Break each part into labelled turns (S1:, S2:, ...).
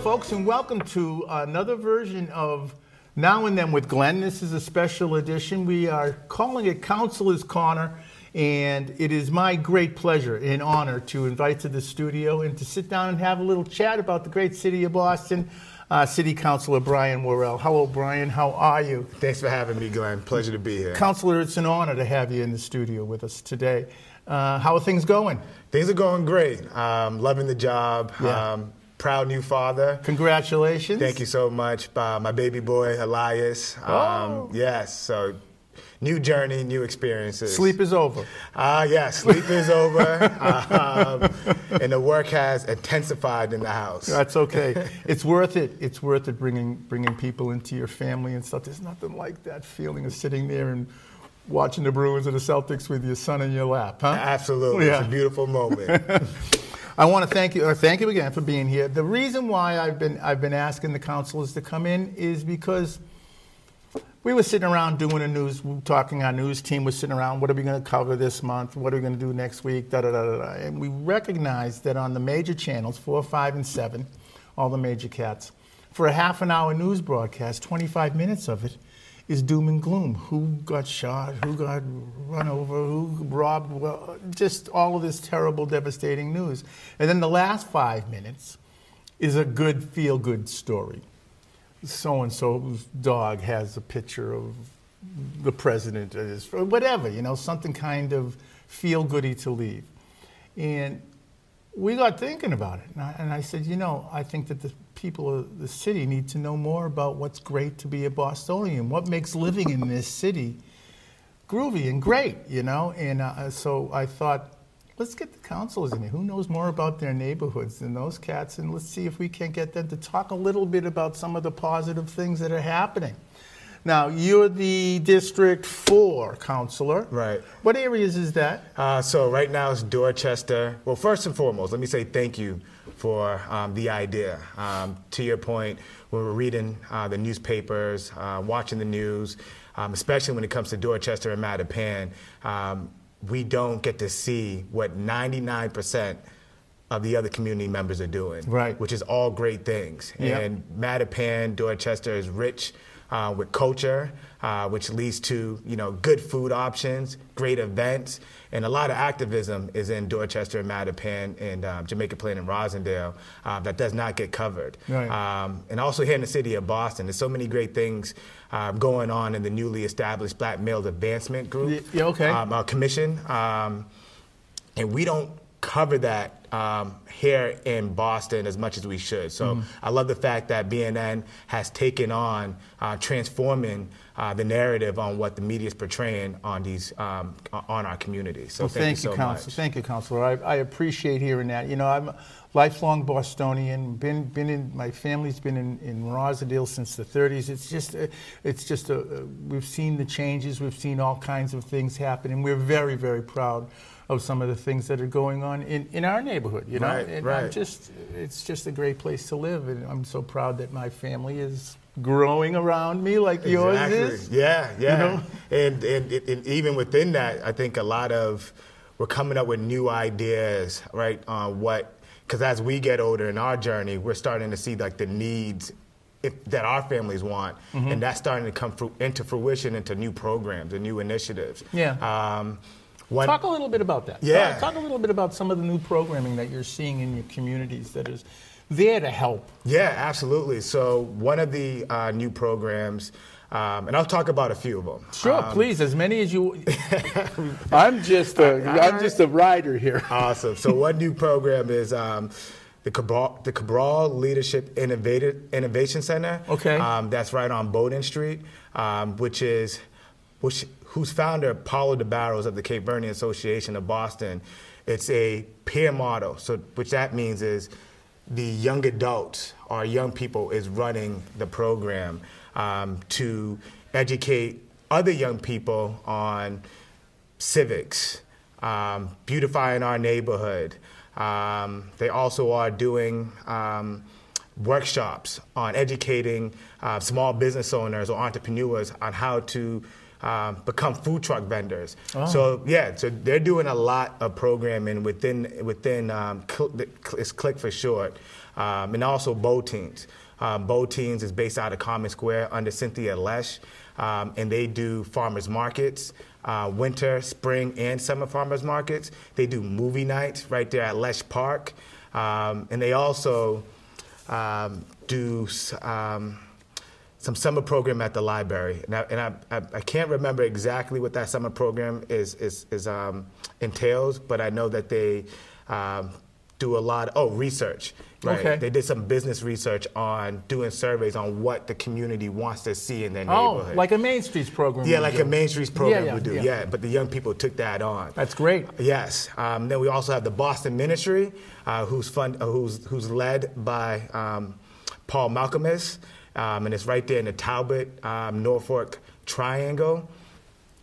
S1: folks, and welcome to another version of Now and Then with Glenn. This is a special edition. We are calling it Counselor's Corner, and it is my great pleasure and honor to invite to the studio and to sit down and have a little chat about the great city of Boston. Uh, City Councilor Brian Worrell. Hello, Brian. How are you?
S2: Thanks for having me, Glenn. Pleasure to be here.
S1: Councilor, it's an honor to have you in the studio with us today. Uh, how are things going?
S2: Things are going great. Um, loving the job.
S1: Yeah.
S2: Um, proud new father.
S1: Congratulations.
S2: Thank you so much. Uh, my baby boy, Elias. Um,
S1: Oh.
S2: Yes, so new journey, new experiences.
S1: Sleep is over.
S2: Ah, yes, sleep is over. Um, and the work has intensified in the house.
S1: That's okay. it's worth it. It's worth it bringing bringing people into your family and stuff. There's nothing like that feeling of sitting there and watching the Bruins and the Celtics with your son in your lap, huh?
S2: Absolutely. It's
S1: Yeah.
S2: a beautiful moment.
S1: I want to thank you, or thank you again for being here. The reason why I've been I've been asking the councilors to come in is because we were sitting around doing the news, we were talking. Our news team was sitting around. What are we going to cover this month? What are we going to do next week? Da da da da. da. And we recognized that on the major channels, four, five, and seven, all the major cats, for a half an hour news broadcast, 25 minutes of it is doom and gloom. Who got shot? Who got run over? Who robbed? Well, just all of this terrible, devastating news. And then the last five minutes is a good feel-good story so and so's dog has a picture of the president or this- or whatever, you know, something kind of feel goody to leave. And we got thinking about it. And I, and I said, you know, I think that the people of the city need to know more about what's great to be a Bostonian, what makes living in this city groovy and great, you know? And uh, so I thought, let's get the councilors in here. Who knows more about their neighborhoods than those cats? And let's see if we can get them to talk a little bit about some of the positive things that are happening. Now, you're the District 4 counselor.
S2: Right.
S1: What areas is that?
S2: Uh, so right now it's Dorchester. Well, first and foremost, let me say thank you for um, the idea. Um, to your point, when we're reading uh, the newspapers, uh, watching the news, um, especially when it comes to Dorchester and Mattapan, um, we don't get to see what 99% of the other community members are doing,
S1: Right.
S2: which is all great things.
S1: Yep.
S2: And Mattapan, Dorchester is rich uh, with culture, uh, which leads to you know good food options, great events, and a lot of activism is in Dorchester and Mattapan and um, Jamaica Plain and Rosendale uh, that does not get covered.
S1: Right.
S2: Um, and also here in the city of Boston, there's so many great things uh, going on in the newly established Black Males Advancement Group,
S1: Y- yeah, okay.
S2: um, uh, Commission. Um, and we don't cover that um, here in Boston as much as we should. So I love the fact that BNN has taken on uh, transforming uh, the narrative on what the media is portraying on these um, on our community. So
S1: Well,
S2: thank, you so
S1: Council-
S2: much.
S1: Thank you, Counselor. I, I appreciate hearing that. You know, I'm a lifelong Bostonian. Been been in my family's been in, in Rosedale since the 30s. It's just a, it's just a, a- we've seen the changes. We've seen all kinds of things happen, and we're very very proud of some of the things that are going on in, in our neighborhood. You know,
S2: Right,
S1: and I'm
S2: right.
S1: just it's just a great place to live, and I'm so proud that my family is growing around me like yours is.
S2: Yeah, yeah.
S1: know?
S2: And, and and even within that, I think a lot of we're coming up with new ideas, right? On what because as we get older in our journey, we're starting to see like the needs. If, that our families want,
S1: Mm-hmm.
S2: and that's starting to come fru- into fruition into new programs and new initiatives.
S1: Yeah.
S2: Um, one,
S1: Talk a little bit about that.
S2: Yeah.
S1: Talk, talk a little bit about some of the new programming that you're seeing in your communities that is there to help.
S2: Yeah, absolutely. So one of the uh, new programs, um, and I'll talk about a few of them.
S1: Sure, please, as many as you. Um, I'm just a, I'm just a rider here.
S2: Awesome. So one new program is um, the Cabral, the Cabral Leadership Innovative, Innovation Center.
S1: Okay.
S2: Um, that's right on Bowden Street, um, which is which whose founder Paulo de Barros of the Cape Verdean Association of Boston. It's a peer model. So which that means is the young adults or young people is running the program um, to educate other young people on civics, um, beautifying our neighborhood. Um, they also are doing um, workshops on educating uh, small business owners or entrepreneurs on how to um, become food truck vendors. So yeah, so they're doing a lot of programming within within um, cl- the- cl- it's Click for short, um, and also Bow Teens. Um, Bow Teens is based out of Common Square under Cynthia Lesh, um, and they do farmers markets, uh, winter, spring, and summer farmers markets. They do movie nights right there at Lesh Park, um, and they also um, do. s- Um, some summer program at the library, and I, and I, I, I can't remember exactly what that summer program is, is, is um, entails, but I know that they um, do a lot. oh, research. Right.
S1: Okay.
S2: They did some business research on doing surveys on what the community wants to see in their
S1: Oh,
S2: neighborhood.
S1: like a Main Streets program.
S2: yeah,
S1: we
S2: like
S1: do.
S2: a Main Streets program
S1: yeah,
S2: would do.
S1: yeah.
S2: Yeah. but the young people took that on.
S1: That's great.
S2: Yes. Um, then we also have the Boston Ministry, uh, who's fund, uh, who's who's led by um, Paul Malcolmus, um, and it's right there in the Talbot um, Norfolk Triangle,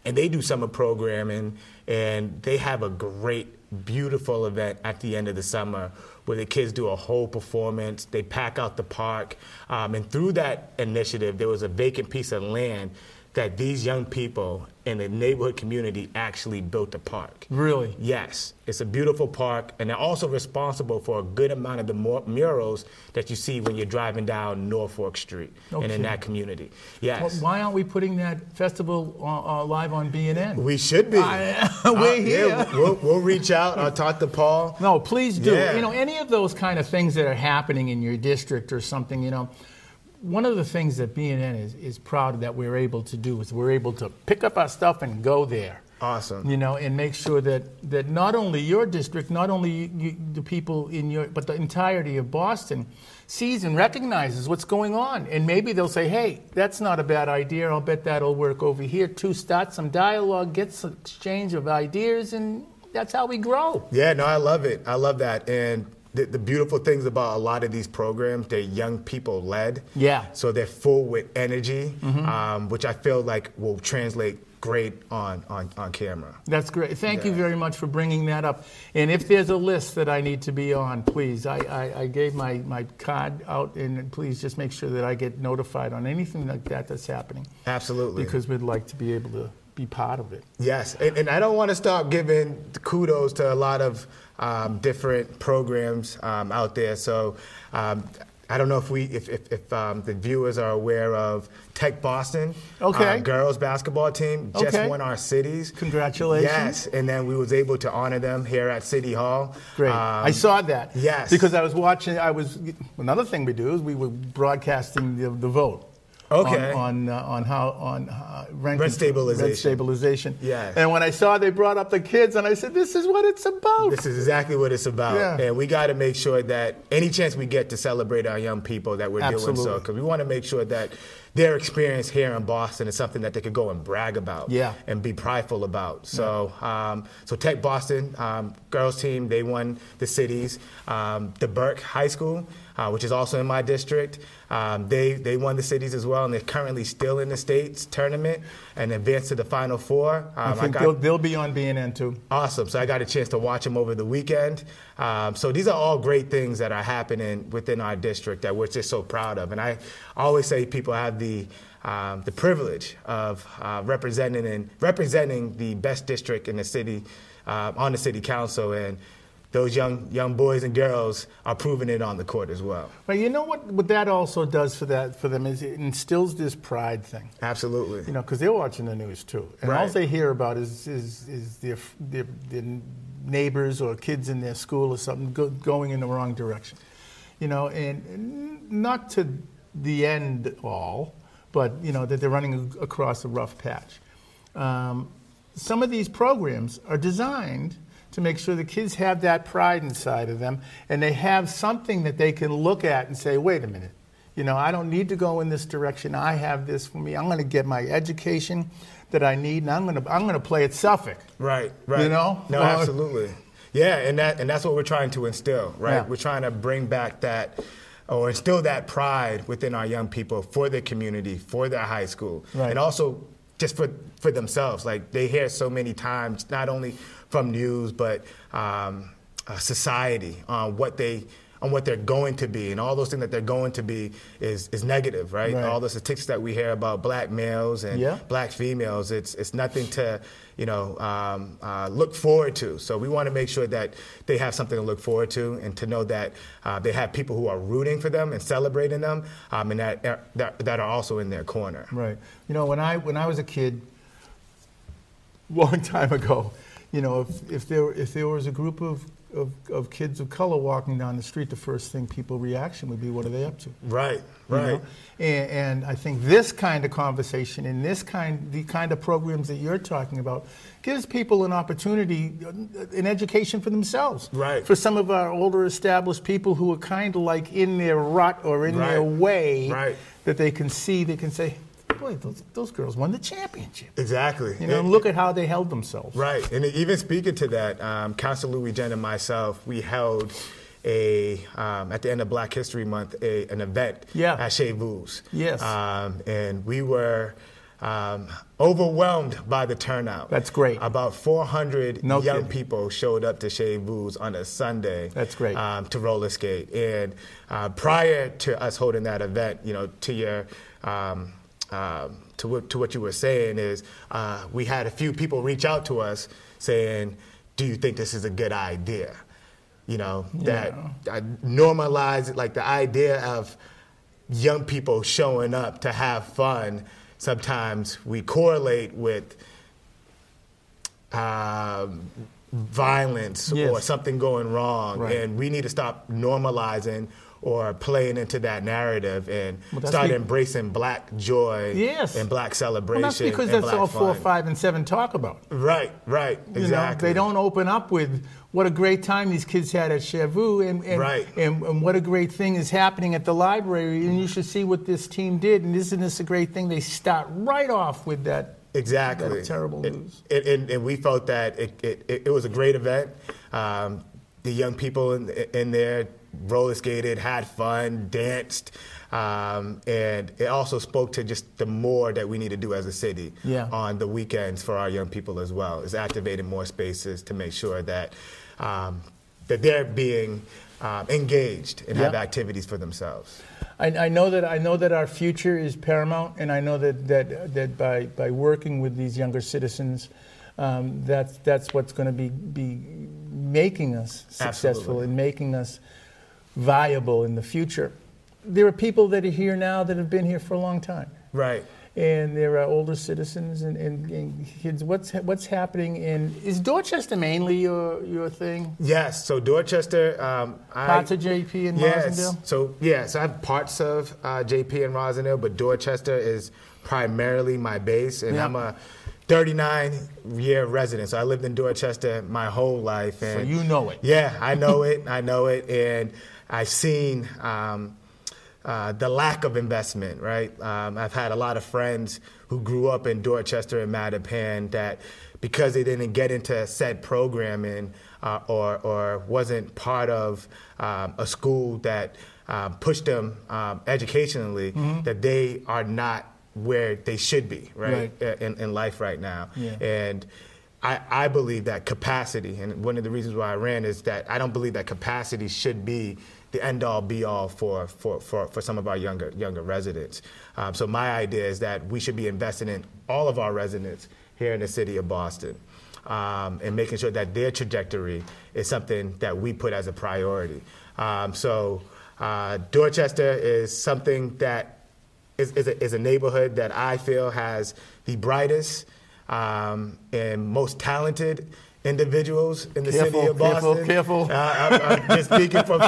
S2: and they do summer programming, and they have a great, beautiful event at the end of the summer where the kids do a whole performance. They pack out the park, um, and through that initiative, there was a vacant piece of land. That these young people in the neighborhood community actually built the park.
S1: Really?
S2: Yes, it's a beautiful park, and they're also responsible for a good amount of the mur- murals that you see when you're driving down Norfolk Street and
S1: Okay.
S2: in that community.
S1: Well,
S2: Yes,
S1: why aren't we putting that festival uh, uh, live on BNN?
S2: we should be. Uh,
S1: I- we're here.
S2: Yeah, we'll, we'll reach out. I'll talk to Paul.
S1: No, please do.
S2: Yeah.
S1: You know, any of those kind of things that are happening in your district or something, you know, one of the things that BNN is, is proud that we're able to do is we're able to pick up our stuff and go there.
S2: Awesome.
S1: You know, and make sure that, that not only your district, not only you, the people in your, but the entirety of Boston sees and recognizes what's going on. And maybe they'll say, hey, that's not a bad idea. I'll bet that'll work over here too. Start some dialogue, get some exchange of ideas, and that's how we grow.
S2: Yeah, no, I love it. I love that. And the, the beautiful things about a lot of these programs, they're young people led.
S1: Yeah. Mm-hmm.
S2: So they're full with energy, um, which I feel like will translate great on, on, on camera.
S1: That's great. Thank you very much for bringing that up. And if there's a list that I need to be on, please, I, I, I gave my, my card out, and please just make sure that I get notified on anything like that that's happening
S2: Absolutely.
S1: because we'd like to be able to be part of it.
S2: Yes, and, and I don't want to stop giving kudos to a lot of um, different programs um, out there. So um, I don't know if we, if, if, if um, the viewers are aware of Tech Boston,
S1: Okay.
S2: uh, girls basketball team just
S1: Okay.
S2: won our cities.
S1: Congratulations.
S2: Yes, and then we was able to honor them here at City Hall.
S1: Great. I
S2: Um,
S1: saw that.
S2: yes.
S1: Because I was watching, I was, another thing we do is we were broadcasting the, the vote.
S2: Okay.
S1: On on, uh, on how on uh, rent,
S2: Rent
S1: control- Rent
S2: stabilization.
S1: stabilization.
S2: Yes.
S1: And when I saw they brought up the kids, and I said, "This is what it's about."
S2: This is exactly what it's about.
S1: Yeah.
S2: And we got to make sure that any chance we get to celebrate our young people that we're doing so
S1: Absolutely.
S2: because we want to make sure that their experience here in Boston is something that they could go and brag about
S1: Yeah.
S2: and be prideful about. So, um, so Tech Boston um, girls team they won the cities. Um, the Burke High School, uh, which is also in my district, um, they they won the cities as well, and they're currently still in the states tournament and advanced to the final four. Um,
S1: I think
S2: got-
S1: they'll, they'll be on BNN too.
S2: Awesome. So I got a chance to watch them over the weekend. Um, so these are all great things that are happening within our district that we're just so proud of. And I always say people have the um, the privilege of uh, representing and representing the best district in the city uh, on the city council and. Those young young boys and girls are proving it on the court as well.
S1: But you know what? What that also does for that for them is it instills this pride thing.
S2: Absolutely.
S1: You know, because they're watching the news too, and all
S2: Right.
S1: they hear about is is is their, their their neighbors or kids in their school or something go, going in the wrong direction. You know, and- and not to the end all, but you know that they're running a- across a rough patch. Um, some of these programs are designed to make sure the kids have that pride inside of them and they have something that they can look at and say, wait a minute, you know, I don't need to go in this direction. I have this for me. I'm going to get my education that I need and I'm going to, I'm going to play at Suffolk.
S2: Right, right.
S1: You know?
S2: No,
S1: Uh,
S2: absolutely. Yeah, and that and that's what we're trying to instill, right?
S1: Yeah.
S2: We're trying to bring back that or instill that pride within our young people for their community, for their high school.
S1: Right.
S2: And also just for for themselves. Like they hear so many times, not only from news but um, uh, society on what they on what they're going to be, and all those things that they're going to be is is negative, right?
S1: Right.
S2: All the statistics that we hear about black males and
S1: Yeah.
S2: black females, it's it's nothing to you know um, uh, look forward to. So we want to make sure that they have something to look forward to, and to know that uh, they have people who are rooting for them and celebrating them, um, and that, that that are also in their corner.
S1: Right. You know, when I when I was a kid, long time ago, you know, if, if there if there was a group of, of, of kids of color walking down the street, the first thing people reaction would be, "What are they up to?"
S2: Right.
S1: you know?
S2: Right.
S1: And, and I think this kind of conversation and this kind, the kind of programs that you're talking about, gives people an opportunity, an education for themselves.
S2: Right.
S1: For some of our older established people who are kind of like in their rut or in their
S2: Right.
S1: way,
S2: Right.
S1: that they can see, they can say, boy, those, those girls won the championship.
S2: Exactly.
S1: You know, and look at how they held themselves.
S2: Right, and even speaking to that, um, Council Louis Jen and myself, we held a um, at the end of Black History Month a, an event
S1: Yeah.
S2: at Chez Vu's.
S1: Yes.
S2: um, and we were. Um, overwhelmed by the turnout.
S1: That's great.
S2: About 400
S1: No
S2: young
S1: kidding.
S2: people showed up to Chez Vu's on a Sunday.
S1: That's great.
S2: Um, um, to roller skate. And uh, prior to us holding that event, you know, to your um, um, to what to what you were saying is, uh, we had a few people reach out to us saying, "Do you think this is a good idea?" You know, that uh, normalize like the idea of young people showing up to have fun. Sometimes we correlate with um, violence
S1: Yes.
S2: or something going wrong,
S1: Right.
S2: and we need to stop normalizing or playing into that narrative and
S1: Well, that's
S2: start
S1: be-
S2: embracing black joy
S1: Yes.
S2: and black
S1: Well,
S2: celebration.
S1: that's because
S2: and
S1: that's
S2: black
S1: all four,
S2: fun.
S1: five, and seven talk about.
S2: Right, right,
S1: You know,
S2: exactly.
S1: they don't open up with what a great time these kids had at Chevu and and,
S2: Right.
S1: and and what a great thing is happening at the library and you should see what this team did and isn't this a great thing? They start right off with that.
S2: Exactly.
S1: That's terrible
S2: It-
S1: news.
S2: it- and, and we felt that it, it, it, it was a great event. Um, the young people in, in there roller skated, had fun, danced. Um, and it also spoke to just the more that we need to do as a city
S1: Yeah.
S2: on the weekends for our young people as well, is activating more spaces to make sure that, um, that they're being um, engaged and have
S1: Yeah.
S2: activities for themselves.
S1: I, I know that I know that our future is paramount, and I know that that that by by working with these younger citizens, um, that's that's what's going to be be making us successful
S2: Absolutely.
S1: and making us viable in the future. There are people that are here now that have been here for a long time.
S2: Right.
S1: and there are older citizens and, and, and kids. What's what's happening in is Dorchester mainly your your thing?
S2: Yes. So Dorchester, um, I,
S1: Parts of JP and
S2: yes.
S1: Rosendale?
S2: So yes, I have parts of uh, JP and Rosendale, but Dorchester is primarily my base, and
S1: Yeah.
S2: I'm a 39 year resident. So I lived in Dorchester my whole life, and
S1: you know it.
S2: Yeah, I know it. I know it, and I've seen. Um, uh, the lack of investment, right? Um, I've had a lot of friends who grew up in Dorchester and Mattapan that because they didn't get into said programming uh, or, or wasn't part of um, a school that um, pushed them um, educationally, that they are not where they should be, right, uh, In, in life right now.
S1: Yeah.
S2: And I, I believe that capacity, and one of the reasons why I ran is that I don't believe that capacity should be the end all be all for, for, for, for some of our younger, younger residents. Um, so my idea is that we should be investing in all of our residents here in the city of Boston. Um, and making sure that their trajectory is something that we put as a priority. Um, so, uh, Dorchester is something that is, is, a, is a neighborhood that I feel has the brightest um, and most talented individuals in the city
S1: Careful,
S2: of
S1: careful,
S2: Boston.
S1: careful.
S2: Uh, I, am just speaking from,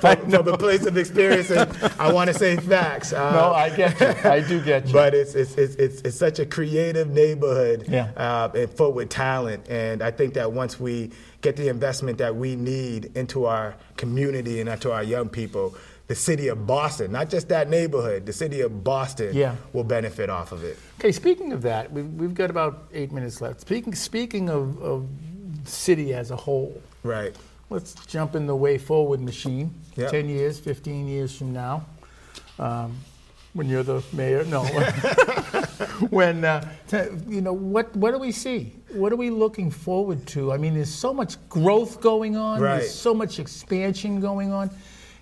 S2: from, from a place of experience, and I want to say facts. Uh,
S1: No, I get you. I do get you.
S2: but it's it's, it's, it's it's such a creative neighborhood
S1: Yeah.
S2: uh, and full with talent. And I think that once we get the investment that we need into our community and into our young people, the city of Boston, not just that neighborhood, the city of Boston
S1: Yeah.
S2: will benefit off of it.
S1: Okay, speaking of that, we've, we've got about eight minutes left. Speaking speaking of, of city as a whole,
S2: Right.
S1: let's jump in the way forward machine.
S2: Yeah.
S1: Ten years, fifteen years from now, um, when you're the mayor, no, when uh, te- you know what what do we see? What are we looking forward to? I mean, there's so much growth going on.
S2: Right.
S1: There's so much expansion going on.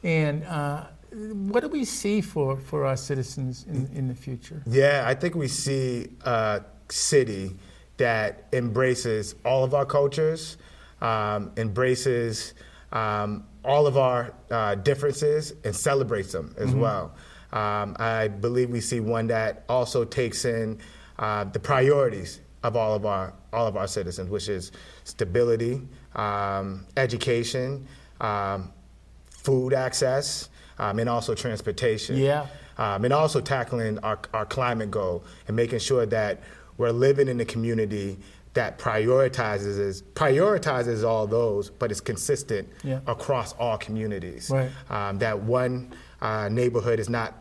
S1: And uh, what do we see for, for our citizens in, in the future?
S2: Yeah, I think we see a city that embraces all of our cultures, um, embraces um, all of our uh, differences, and celebrates them as well. Um, I believe we see one that also takes in uh, the priorities of all of our all of our citizens, which is stability, um, education, um, food access, um, and also transportation
S1: Yeah.
S2: um, and also tackling our, our climate goal and making sure that we're living in a community that prioritizes is, prioritizes all those, but is consistent
S1: Yeah.
S2: across all communities.
S1: Right.
S2: Um, that one uh, neighborhood is not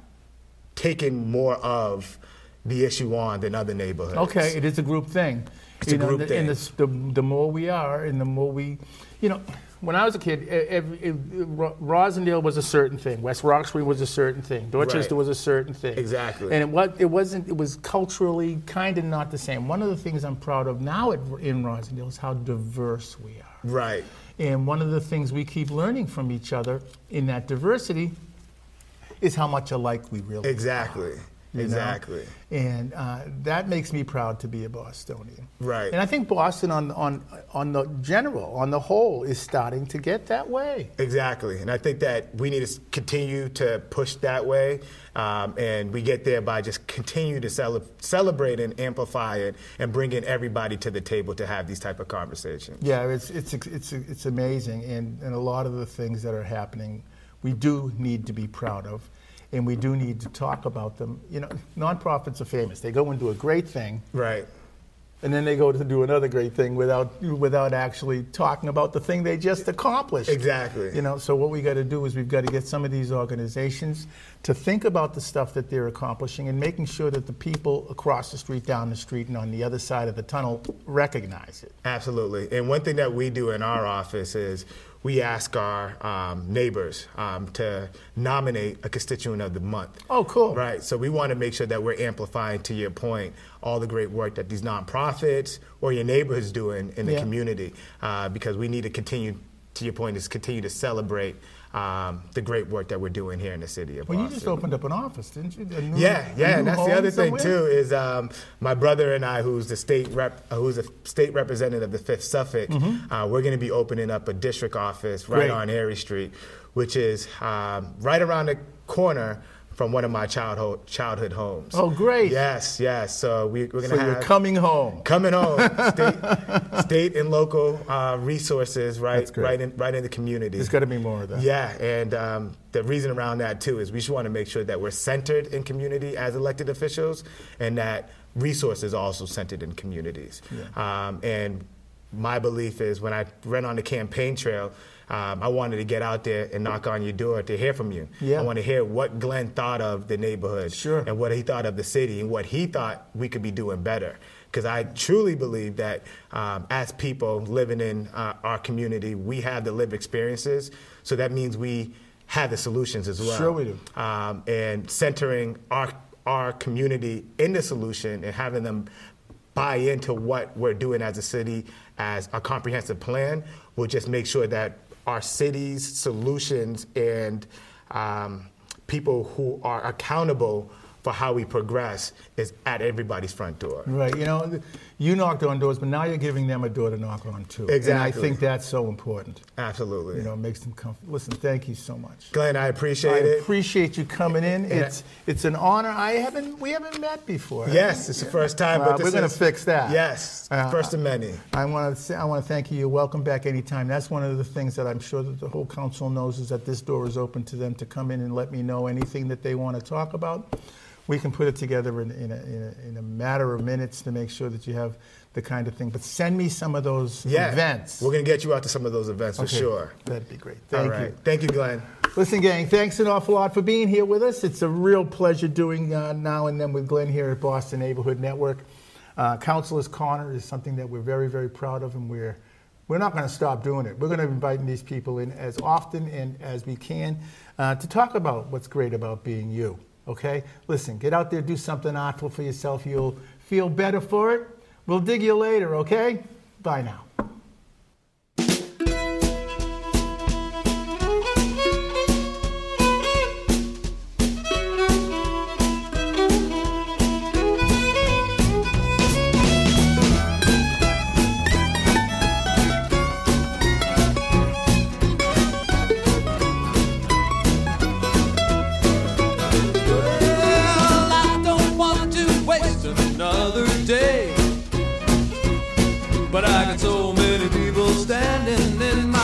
S2: taking more of the issue on than other neighborhoods.
S1: Okay, it is a group thing.
S2: It's a group
S1: the,
S2: thing.
S1: And the, s- the, the more we are, and the more we, you know, when I was a kid, e- every, e- Ro- Rosendale was a certain thing. West Roxbury was a certain thing. Dorchester
S2: Right.
S1: was a certain thing.
S2: Exactly.
S1: And it was it wasn't it was culturally kind of not the same. One of the things I'm proud of now at, in Rosendale is how diverse we are.
S2: Right.
S1: And one of the things we keep learning from each other in that diversity is how much alike we really
S2: Exactly.
S1: you know?
S2: Exactly.
S1: And uh, that makes me proud to be a Bostonian.
S2: Right.
S1: And I think Boston, on, on, on the general, on the whole, is starting to get that way.
S2: Exactly, and I think that we need to s- continue to push that way, um, and we get there by just continue to cele- celebrate and amplify it, and bringing everybody to the table to have these type of conversations.
S1: Yeah, it's, it's, it's, it's amazing. And, and a lot of the things that are happening, we do need to be proud of. And we do need to talk about them. You know, nonprofits are famous. They go and do a great thing,
S2: Right.
S1: and then they go to do another great thing without, without actually talking about the thing they just accomplished.
S2: Exactly.
S1: You know, so what we got to do is we've got to get some of these organizations to think about the stuff that they're accomplishing and making sure that the people across the street, down the street, and on the other side of the tunnel recognize it.
S2: Absolutely. And one thing that we do in our office is we ask our um, neighbors um, to nominate a constituent of the month.
S1: Oh, cool.
S2: Right. So we want to make sure that we're amplifying, to your point, all the great work that these nonprofits or your neighborhoods doing in the
S1: Yeah.
S2: community, uh, because we need to continue. To your point, is continue to celebrate um, the great work that we're doing here in the city of
S1: Well, you
S2: Boston.
S1: just opened up an office, didn't you? A new-
S2: Yeah,
S1: a
S2: yeah,
S1: new
S2: and that's the
S1: home
S2: other thing
S1: somewhere?
S2: too is um, my brother and I, who's the state rep, uh, who's a state representative of the Fifth Suffolk, uh, we're going to be opening up a district office right
S1: Mm-hmm. Great.
S2: on Airy Street, which is um, right around the corner from one of my childhood childhood homes.
S1: Oh, great.
S2: Yes, yes. So we, we're going
S1: So
S2: to
S1: you're
S2: have.
S1: coming home.
S2: Coming home, state, state and local uh, resources, right,
S1: That's great.
S2: right in, right in the community.
S1: There's got to be more of that.
S2: Yeah, and um, the reason around that too is we just want to make sure that we're centered in community as elected officials, and that resources are also centered in communities. Um, and my belief is when I ran on the campaign trail, um, I wanted to get out there and knock on your door to hear from you.
S1: Yeah.
S2: I want to hear what Glenn thought of the neighborhood
S1: Sure.
S2: and what he thought of the city and what he thought we could be doing better. Because I truly believe that um, as people living in uh, our community, we have the lived experiences. So that means we have the solutions as well.
S1: Sure we do.
S2: Um, and centering our, our community in the solution and having them buy into what we're doing as a city as a comprehensive plan will just make sure that our city's solutions and um, people who are accountable for how we progress is at everybody's front door.
S1: Right. You know, th- you knocked on doors, but now you're giving them a door to knock on too. And I
S2: Exactly.
S1: think that's so important.
S2: Absolutely.
S1: You know, it makes them comfortable. Listen, thank you so much.
S2: Glenn, I appreciate
S1: I
S2: it.
S1: appreciate you coming in.
S2: I-
S1: It's it's an honor. I haven't we haven't met before.
S2: Yes, it's the first time.
S1: Uh,
S2: but this
S1: we're gonna
S2: is-
S1: fix that.
S2: Yes,
S1: Uh,
S2: first of many.
S1: I want to say, I want to thank you. You're welcome back anytime. That's one of the things that I'm sure that the whole council knows is that this door is open to them to come in and let me know anything that they want to talk about. We can put it together in, in, a, in, a, in a matter of minutes to make sure that you have the kind of thing. But send me some of those
S2: Yeah,
S1: events.
S2: We're gonna get you out to some of those events for
S1: Okay,
S2: sure.
S1: That'd be great.
S2: All
S1: Thank
S2: right.
S1: you.
S2: Thank you, Glenn.
S1: Listen, gang, thanks an awful lot for being here with us. It's a real pleasure doing uh, now and then with Glenn here at Boston Neighborhood Network. Uh, Councilors Corner is something that we're very, very proud of, and we're we're not going to stop doing it. We're going to be inviting these people in as often and as we can uh, to talk about what's great about being you. Okay, listen, get out there, do something artful for yourself. You'll feel better for it. We'll dig you later. Okay, bye now.
S3: Thank you. I got so many people standing in my